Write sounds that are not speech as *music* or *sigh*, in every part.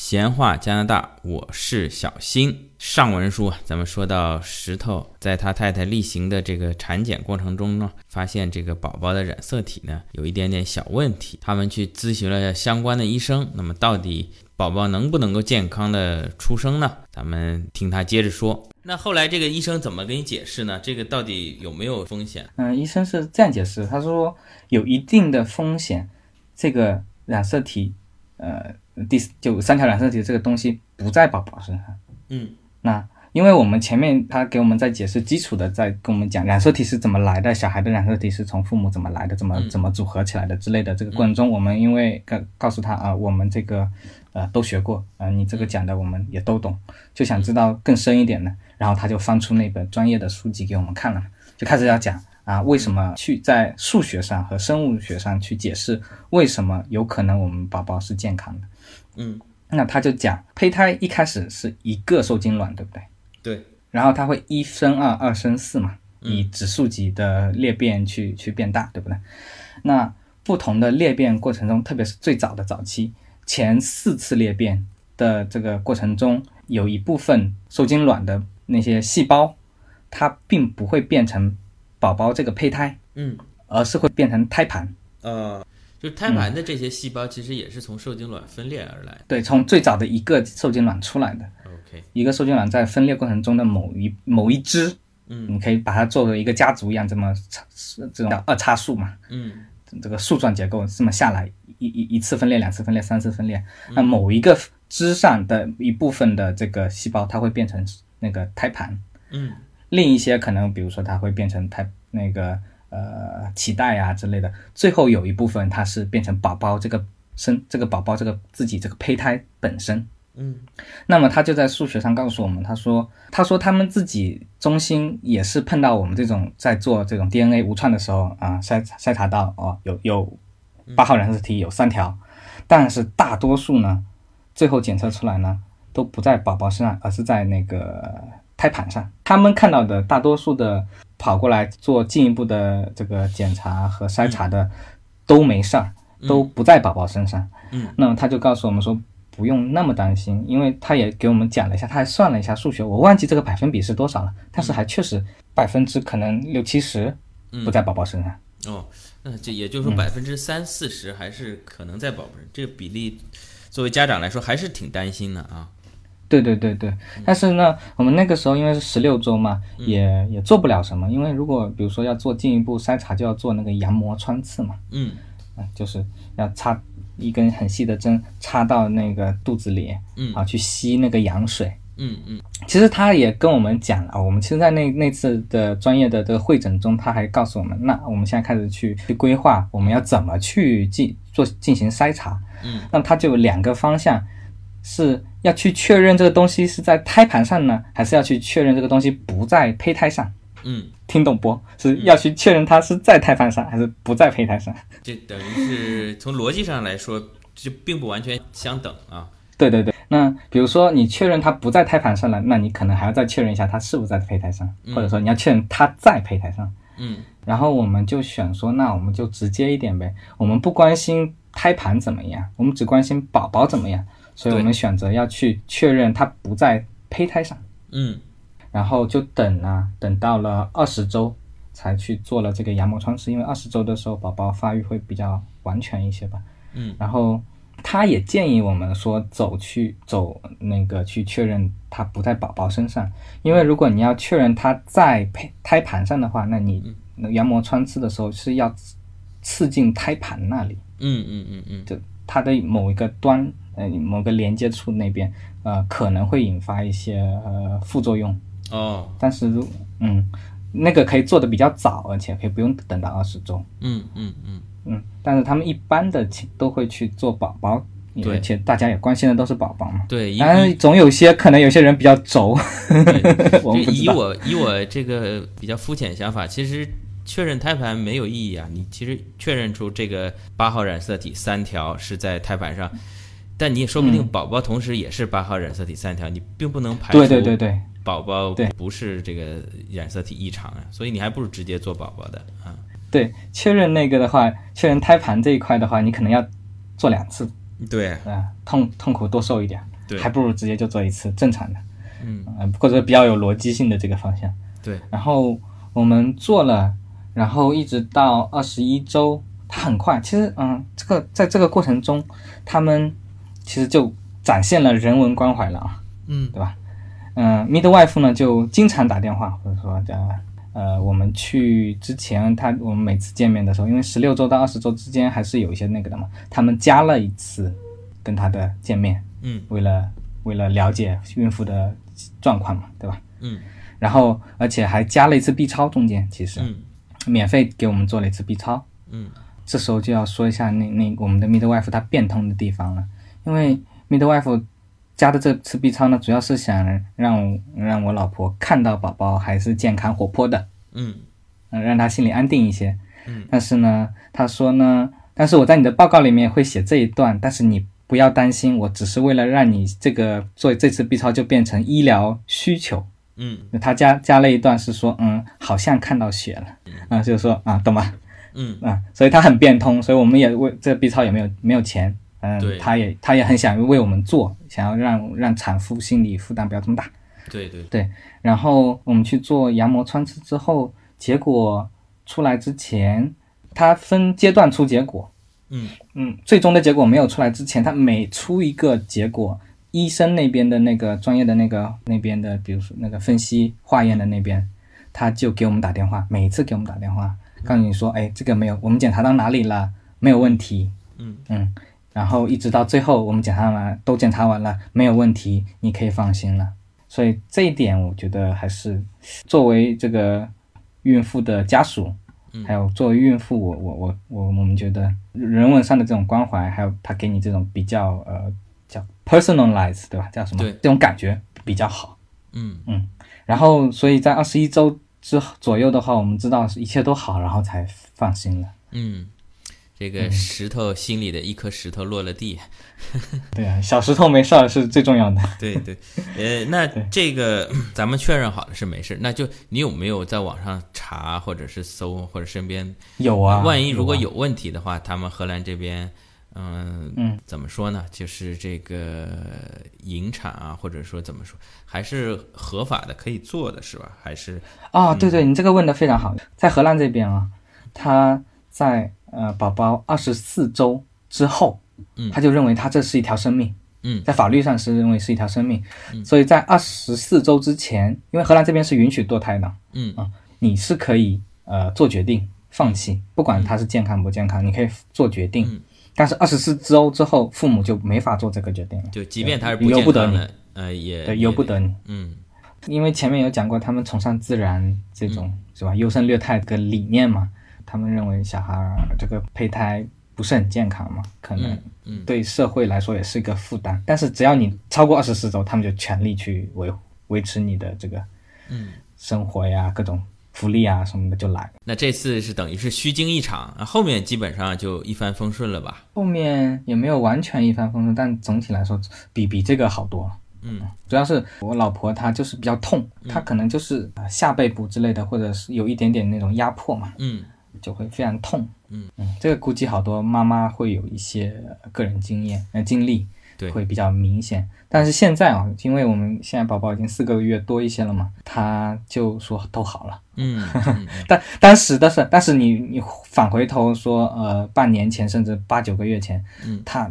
闲话加拿大，我是小新。上文书啊，咱们说到石头在他太太例行的这个产检过程中呢，发现这个宝宝的染色体呢有一点点小问题，他们去咨询了相关的医生。那么到底宝宝能不能够健康的出生呢？咱们听他接着说。那后来这个医生怎么给你解释呢？这个到底有没有风险？嗯、医生是这样解释，他说有一定的风险，这个染色体，呃，第就三条染色体这个东西不在宝宝身上。嗯，那因为我们前面他给我们在解释基础的，在跟我们讲染色体是怎么来的，小孩的染色体是从父母怎么来的，怎么嗯怎么组合起来的之类的。这个过程中，我们因为告告诉他啊、我们这个呃都学过，呃你这个讲的我们也都懂，就想知道更深一点的，然后他就翻出那本专业的书籍给我们看了，就开始要讲啊为什么去在数学上和生物学上去解释为什么有可能我们宝宝是健康的。嗯，那他就讲，胚胎一开始是一个受精卵，对不对？对，然后它会一升二，二升四嘛，以指数级的裂变去去变大，对不对？那不同的裂变过程中，特别是最早的早期，前四次裂变的这个过程中，有一部分受精卵的那些细胞，它并不会变成宝宝这个胚胎，嗯，而是会变成胎盘。呃，就是胎盘的这些细胞其实也是从受精卵分裂而来。对，从最早的一个受精卵出来的， OK，一个受精卵在分裂过程中的某一某一支，嗯你可以把它作为一个家族一样这么插这种叫二叉树嘛，嗯这个树状结构这么下来，一一一次分裂、两次分裂、三次分裂，那某一个枝上的一部分的这个细胞，它会变成那个胎盘，嗯另一些可能比如说它会变成胎那个呃脐带啊之类的，最后有一部分它是变成宝宝这个身这个宝宝这个自己这个胚胎本身。嗯那么他就在数学上告诉我们，他说，他说他们自己中心也是碰到我们这种在做这种 DNA 无创的时候啊，筛筛查到哦，有有八号染色体有三条，但是大多数呢，最后检测出来呢，都不在宝宝身上，而是在那个胎盘上。他们看到的大多数的跑过来做进一步的这个检查和筛查的，都没事儿，都不在宝宝身上。嗯那么他就告诉我们说，不用那么担心，因为他也给我们讲了一下，他还算了一下数学，我忘记这个百分比是多少了，但是还确实百分之可能六七十嗯不在宝宝身上。哦，那这也就是说百分之三四十还是可能在宝宝这个比例，作为家长来说还是挺担心的啊。对对对对，但是呢，我们那个时候因为是十六周嘛，也嗯也做不了什么，因为如果比如说要做进一步筛查，就要做那个羊膜穿刺嘛，嗯啊，就是要插一根很细的针插到那个肚子里，嗯啊，去吸那个羊水，嗯嗯其实他也跟我们讲了，我们其实，在那那次的专业的这个会诊中，他还告诉我们，那我们现在开始去去规划，我们要怎么去进做进行筛查。嗯，那他就有两个方向，是要去确认这个东西是在胎盘上呢，还是要去确认这个东西不在胚胎上？嗯，听懂不？是要去确认它是在胎盘上，还是不在胚胎上？这等于是从逻辑上来说，这并不完全相等啊。对对对，那比如说你确认它不在胎盘上了，那你可能还要再确认一下它是不是在胚胎上，或者说你要确认它在胚胎上。嗯然后我们就选说，那我们就直接一点呗，我们不关心胎盘怎么样，我们只关心宝宝怎么样，所以我们选择要去确认它不在胚胎上，嗯然后就等啊，等到了二十周才去做了这个羊膜穿刺，因为二十周的时候宝宝发育会比较完全一些吧。嗯然后他也建议我们说走去走那个去确认它不在宝宝身上，因为如果你要确认它在胚胎盘上的话，那你那羊膜穿刺的时候是要刺刺进胎盘那里，嗯嗯嗯嗯就它的某一个端呃某个连接处那边呃可能会引发一些呃副作用，哦但是如嗯那个可以做的比较早，而且可以不用等到二十周。嗯嗯嗯嗯，但是他们一般的亲都会去做宝宝，也对而且大家也关心的都是宝宝嘛。对，因当然，为。总有些可能有些人比较 *laughs* 轴，对 *laughs* 我们这不知以道我以我这个比较肤浅想法，其实确认胎盘没有意义啊。你其实确认出这个八号染色体三条是在胎盘上，但你也说不定宝宝同时也是八号染色体三条，你并不能排除对对对对宝宝对不是这个染色体异常啊，所以你还不如直接做宝宝的啊。对，确认那个的话，确认胎盘这一块的话，你可能要做两次，呃对啊、痛痛苦多受一点。对还不如直接就做一次正常的，嗯呃或者说比较有逻辑性的这个方向。对，然后我们做了，然后一直到二十一周，它很快。其实，嗯，这个在这个过程中，他们其实就展现了人文关怀了啊。嗯嗯、m i d w i f e 呢就经常打电话，或者说叫呃，我们去之前他我们每次见面的时候，因为十六周到二十周之间还是有一些那个的嘛，他们加了一次跟他的见面，嗯为了为了了解孕妇的状况嘛，对吧？嗯然后而且还加了一次 B 超，中间其实、嗯免费给我们做了一次 B 超。嗯这时候就要说一下那那我们的 midwife 它变通的地方了，因为 midwife 加的这次 B 超呢，主要是想让我让我老婆看到宝宝还是健康活泼的，嗯嗯，让她心里安定一些。嗯，但是呢，她说呢，但是我在你的报告里面会写这一段，但是你不要担心，我只是为了让你这个做这次 B 超就变成医疗需求，嗯他加加了一段是说，嗯，好像看到血了，啊、就是说啊，懂吧？嗯啊，所以他很变通，所以我们也为这个 B 超也没有没有钱，嗯对，他也他也很想为我们做，想要让让产妇心理负担不要这么大。对对，然后我们去做羊膜穿刺之后，结果出来之前，它分阶段出结果，嗯嗯，最终的结果没有出来之前，它每出一个结果，医生那边的那个专业的那个那边的，比如说那个分析化验的那边，他就给我们打电话，每一次给我们打电话，告诉你说，哎，这个没有，我们检查到哪里了，没有问题，嗯嗯，然后一直到最后我们检查完了，都检查完了，没有问题，你可以放心了。所以这一点我觉得还是作为这个孕妇的家属，嗯还有作为孕妇，我我我我我们觉得人文上的这种关怀，还有他给你这种比较呃叫 personalize 对吧？叫什么？对这种感觉比较好。嗯然后所以在二十一周之左右的话，我们知道是一切都好，然后才放心了。嗯，这个石头心里的一颗石头落了 *laughs* 地。对啊，小石头没事儿是最重要的。对对，呃，那这个咱们确认好了是没事，那就你有没有在网上查或者是搜或者身边，有啊，万一如果啊有问题的话，他们荷兰这边，嗯、嗯怎么说呢？就是这个引产啊，或者说怎么说，还是合法的，可以做的是吧？还是啊、对对，你这个问的非常好。在荷兰这边啊，他在呃宝宝二十四周之后，嗯他就认为他这是一条生命，嗯在法律上是认为是一条生命，所以在二十四周之前，因为荷兰这边是允许堕胎的，嗯你是可以呃做决定放弃，不管他是健康不健康，你可以做决定。嗯但是二十四周之后，父母就没法做这个决定了，就即便他是由健不得康你的，呃，也对，由不得，得你。嗯因为前面有讲过，他们崇尚自然这种、嗯是吧优胜劣汰的理念嘛，他们认为小孩儿这个胚胎不是很健康嘛，可能嗯嗯对社会来说也是一个负担。但是只要你超过二十四周，他们就全力去维护维持你的这个嗯。生活呀、各种福利啊什么的就来了。那这次是等于是虚惊一场，啊后面基本上就一帆风顺了吧？后面也没有完全一帆风顺，但总体来说比比这个好多了。嗯，主要是我老婆她就是比较痛，她可能就是呃下背部之类的，或者是有一点点那种压迫嘛，嗯就会非常痛。嗯这个估计好多妈妈会有一些呃个人经验、呃经历，对会比较明显。但是现在啊，因为我们现在宝宝已经四个月多一些了嘛，她就说都好了。嗯嗯但当时的是，但是你你返回头说，呃，半年前甚至八九个月前，嗯她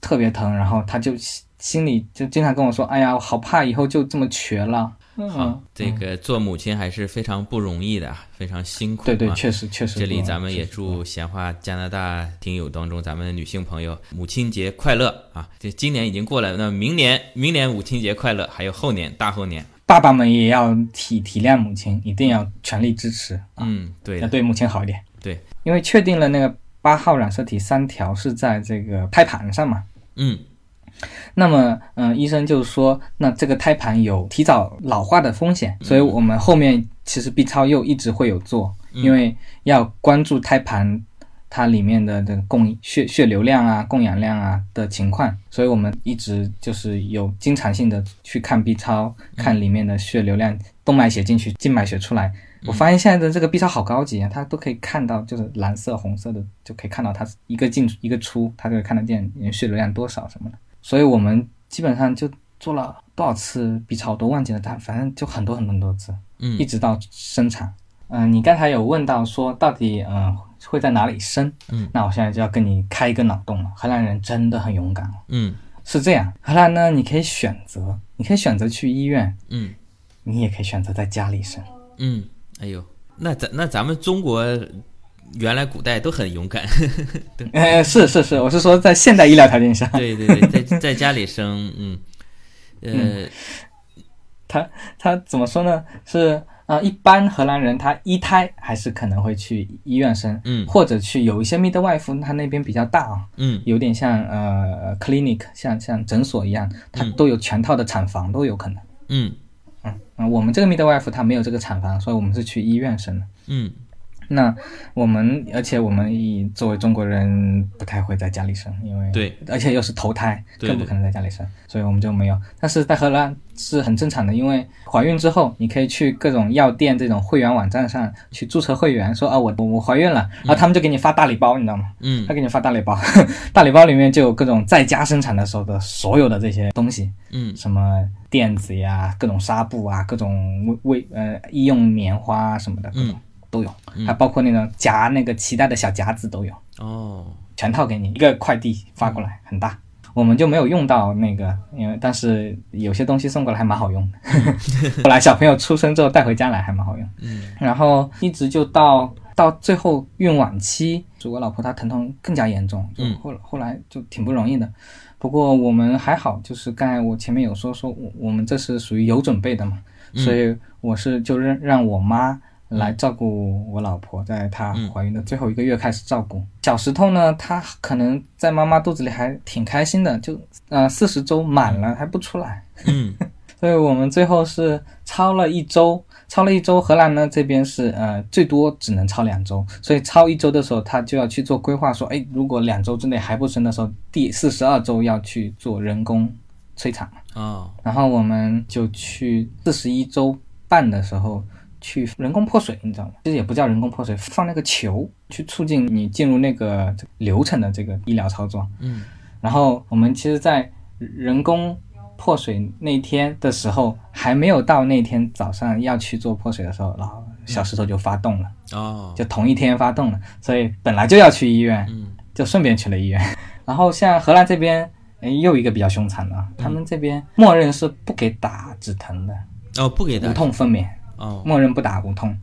特别疼，然后她就心心里就经常跟我说，哎呀，我好怕以后就这么瘸了。嗯，好，这个做母亲还是非常不容易的，非常辛苦、啊。对对，确实确实不这容易。里咱们也确实祝闲话加拿大听友当中咱们的女性朋友母亲节快乐啊！这今年已经过来了，那明年明年母亲节快乐，还有后年大后年，爸爸们也要体体谅母亲，一定要全力支持，啊嗯，对要的，对母亲好一点。对，因为确定了那个八号染色体三条是在这个胎盘上嘛，嗯那么嗯、呃医生就说，那这个胎盘有提早老化的风险，所以我们后面其实 B 超又一直会有做，嗯因为要关注胎盘。它里面的这个供血血流量啊、供氧量啊的情况，所以我们一直就是有经常性的去看 B 超，看里面的血流量、动脉血进去、静脉血出来。我发现现在的这个 B 超好高级啊，它都可以看到，就是蓝色、红色的就可以看到它一个进一个出，它就可以看得见你的血流量多少什么的。所以我们基本上就做了多少次 B 超，我都忘记了，但反正就很多很多很多次，嗯一直到生产。嗯、你刚才有问到说到底嗯、呃会在哪里生？嗯，那我现在就要跟你开一个脑洞了。荷兰人真的很勇敢哦，嗯是这样，荷兰呢，你可以选择，你可以选择去医院，嗯你也可以选择在家里生。嗯，哎呦，那咱那咱们中国原来古代都很勇敢，呃，是是是，我是说在现代医疗条件下， *laughs* 对对对，在在家里生，嗯，呃，他怎么说呢？是啊、呃一般荷兰人他一胎还是可能会去医院生，嗯或者去有一些 midwife，他那边比较大啊、嗯有点像呃 clinic，像像诊所一样，它嗯都有全套的产房都有可能。嗯嗯，我们这个 midwife 它没有这个产房，所以我们是去医院生的。嗯那我们，而且我们以作为中国人不太会在家里生，因为对，而且又是头胎，对更不可能在家里生，所以我们就没有。但是在荷兰是很正常的，因为怀孕之后，你可以去各种药店这种会员网站上去注册会员，说啊我我我怀孕了，啊然后他们就给你发大礼包，你知道吗？嗯他给你发大礼包， *laughs* 大礼包里面就有各种在家生产的时候的所有的这些东西，嗯什么垫子呀、各种纱布啊、各种卫卫呃医用棉花啊什么的，各种嗯都有，嗯还包括那种夹那个脐带的小夹子都有，哦，全套给你一个快递发过来，很大。我们就没有用到那个，因为但是有些东西送过来还蛮好用的。 *laughs* 后来小朋友出生之后带回家来还蛮好用，嗯然后一直就到到最后孕晚期，就我老婆她疼痛更加严重，就嗯后后来就挺不容易的。不过我们还好，就是刚才我前面有说说我我们这是属于有准备的嘛，嗯所以我是就让让我妈来照顾我老婆，在她怀孕的最后一个月开始照顾。小石头呢，她可能在妈妈肚子里还挺开心的，就呃四十周满了还不出来，嗯所以我们最后是超了一周，超了一周。荷兰呢这边是呃最多只能超两周，所以超一周的时候，他就要去做规划，说，哎，如果两周之内还不生的时候，第四十二周要去做人工催产。哦，然后我们就去四十一周半的时候去人工破水，你知道吗？其实也不叫人工破水，放那个球去促进你进入那个这个流程的这个医疗操作。嗯然后我们其实，在人工破水那天的时候，还没有到那天早上要去做破水的时候，然后小石头就发动了，哦，就同一天发动了，所以本来就要去医院，嗯就顺便去了医院。 *laughs* 然后像荷兰这边，哎又一个比较凶残的啊，他们这边默认是不给打止疼的，哦，不给无打痛分娩，哦，默认不打无痛，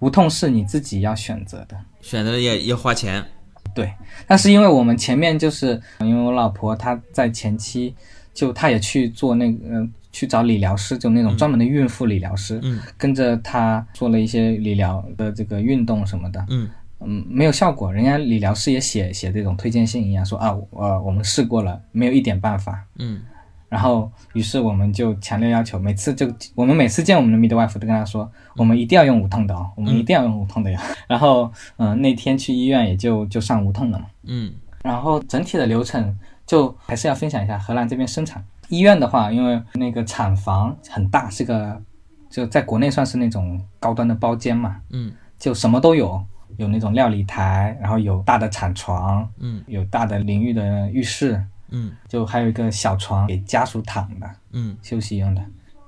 无痛是你自己要选择的。选择也要花钱，对，但是因为我们前面就是因为我老婆她在前期就她也去做那个、呃、去找理疗师，就那种专门的孕妇理疗师，嗯跟着她做了一些理疗的这个运动什么的，嗯嗯，没有效果。人家理疗师也写写这种推荐信一样，说啊，我呃我们试过了，没有一点办法。嗯然后，于是我们就强烈要求，每次就我们每次见我们的 midwife 都跟他说，我们一定要用无痛的哦，我们一定要用无痛的呀。然后，嗯、那天去医院也就就上无痛了嘛。嗯然后呃整体的流程就还是要分享一下荷兰这边生产医院的话，因为那个产房很大，是个就在国内算是那种高端的包间嘛，嗯就什么都有，有那种料理台，然后有大的产床，嗯有大的淋浴的浴室，嗯就还有一个小床给家属躺的嗯休息用的，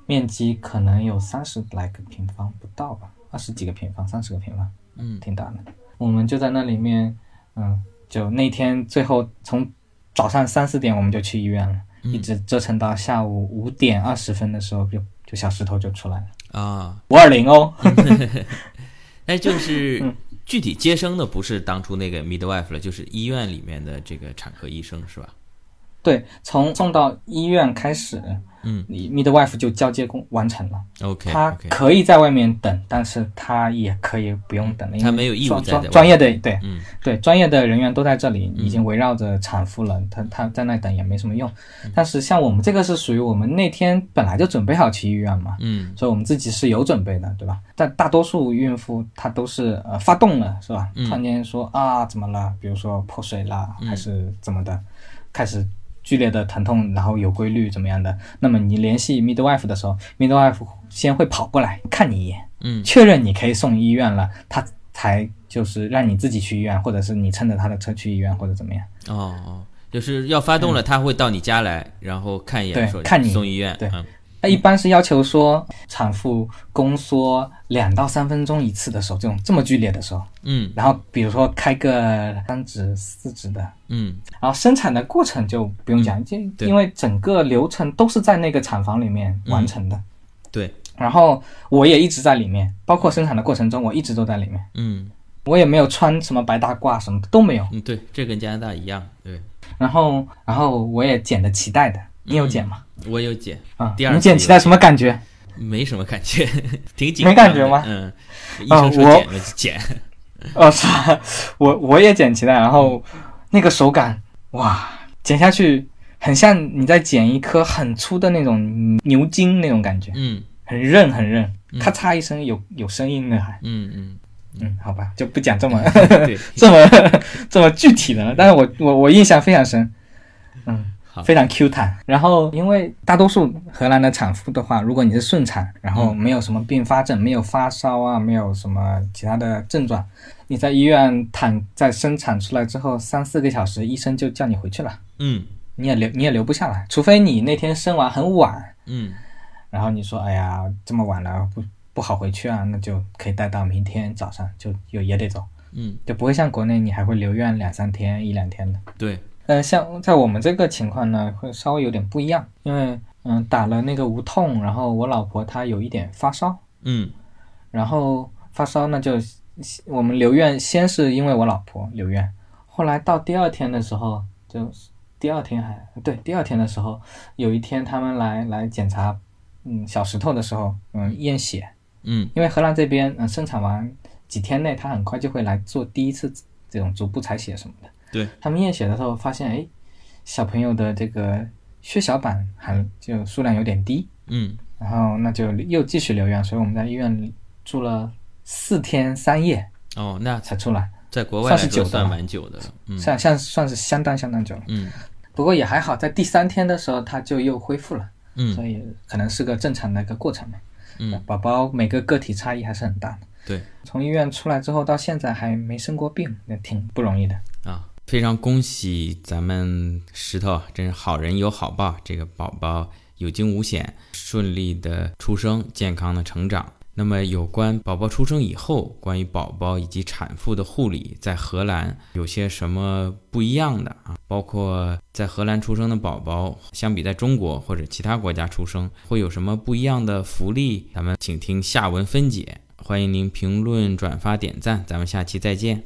面积可能有三十来个平方不到吧，二十几个平方，三十个平方。嗯挺大的。我们就在那里面，嗯，就那天最后从早上三四点我们就去医院了，一直折腾到下午五点二十分的时候就，就小石头就出来了，啊，五二零哦，那就是具体接生的不是当初那个 midwife 了，就是医院里面的这个产科医生是吧？对，从送到医院开始，嗯你，midwife 就交接工完成了， ，OK 他 OK，可以在外面等，但是他也可以不用等了，因他为没有义务专在专在外专业的对嗯对，专业的人员都在这里，已经围绕着产妇了，他他在那等也没什么用。嗯但是像我们这个是属于我们那天本来就准备好去医院嘛，嗯所以我们自己是有准备的，对吧？但大多数孕妇她都是呃发动了，是吧？嗯突然间说啊怎么了？比如说破水啦，还是怎么的，开始剧烈的疼痛，然后有规律怎么样的？那么你联系 midwife 的时候，midwife 先会跑过来看你一眼，嗯确认你可以送医院了，他才就是让你自己去医院，或者是你乘着他的车去医院，或者怎么样。哦哦，就是要发动了，他会到你家来，然后看一眼，嗯对说看你送医院，对嗯那一般是要求说产妇宫缩两到三分钟一次的时候，这种这么剧烈的时候，嗯然后比如说开个三指、四指的，嗯然后生产的过程就不用讲，就对因为整个流程都是在那个产房里面完成的。嗯对，然后我也一直在里面，包括生产的过程中，我一直都在里面，嗯我也没有穿什么白大褂，什么都没有。嗯，对，这跟加拿大一样，对然后，然后我也剪的脐带的，你有剪吗？我有剪，啊、嗯第二你次有剪脐带什么感觉？没什么感觉，挺紧，没感觉吗嗯，医生说我剪了就剪，哦，是啊，我我也剪脐带，然后那个手感，哇，剪下去很像你在剪一颗很粗的那种牛筋那种感觉，嗯很韧很韧，嗯咔嚓一声有有声音的还，嗯 *laughs* 嗯，嗯，好吧，就不讲这么 *laughs* 对，这么这么具体的了，但是我我我印象非常深，嗯好。非常 Q 弹，然后因为大多数荷兰的产妇的话，如果你是顺产，然后没有什么并发症，没有发烧啊，没有什么其他的症状，你在医院躺在生产出来之后三四个小时，医生就叫你回去了，嗯你也留你也留不下来，除非你那天生完很晚，嗯然后你说哎呀这么晚了不不好回去啊，那就可以待到明天早上就就也得走，嗯，就不会像国内你还会留院两三天一两天的。对，呃，像在我们这个情况呢，会稍微有点不一样，因为嗯打了那个无痛，然后我老婆她有一点发烧，嗯然后发烧那就我们留院，先是因为我老婆留院，后来到第二天的时候，就第二天还对第二天的时候，有一天他们来来检查，嗯小石头的时候，嗯验血，嗯因为荷兰这边嗯生产完几天内，他很快就会来做第一次这种逐步采血什么的。对，他们验血的时候发现，哎，小朋友的这个血小板含就数量有点低，嗯然后那就又继续留院，所以我们在医院住了四天三夜哦，那才出来，在国外算来是久说的算吧蛮久的了，嗯算像算是相当相当久了。嗯不过也还好，在第三天的时候他就又恢复了，嗯所以可能是个正常的一个过程嘛。嗯，宝宝每个个体差异还是很大的。对从医院出来之后到现在还没生过病，那挺不容易的。啊，非常恭喜咱们石头，啊真是好人有好报，这个宝宝有惊无险，顺利的出生，健康的成长。那么有关宝宝出生以后，关于宝宝以及产妇的护理，在荷兰有些什么不一样的啊？包括在荷兰出生的宝宝，相比在中国或者其他国家出生，会有什么不一样的福利？咱们请听下文分解。欢迎您评论、转发、点赞，咱们下期再见。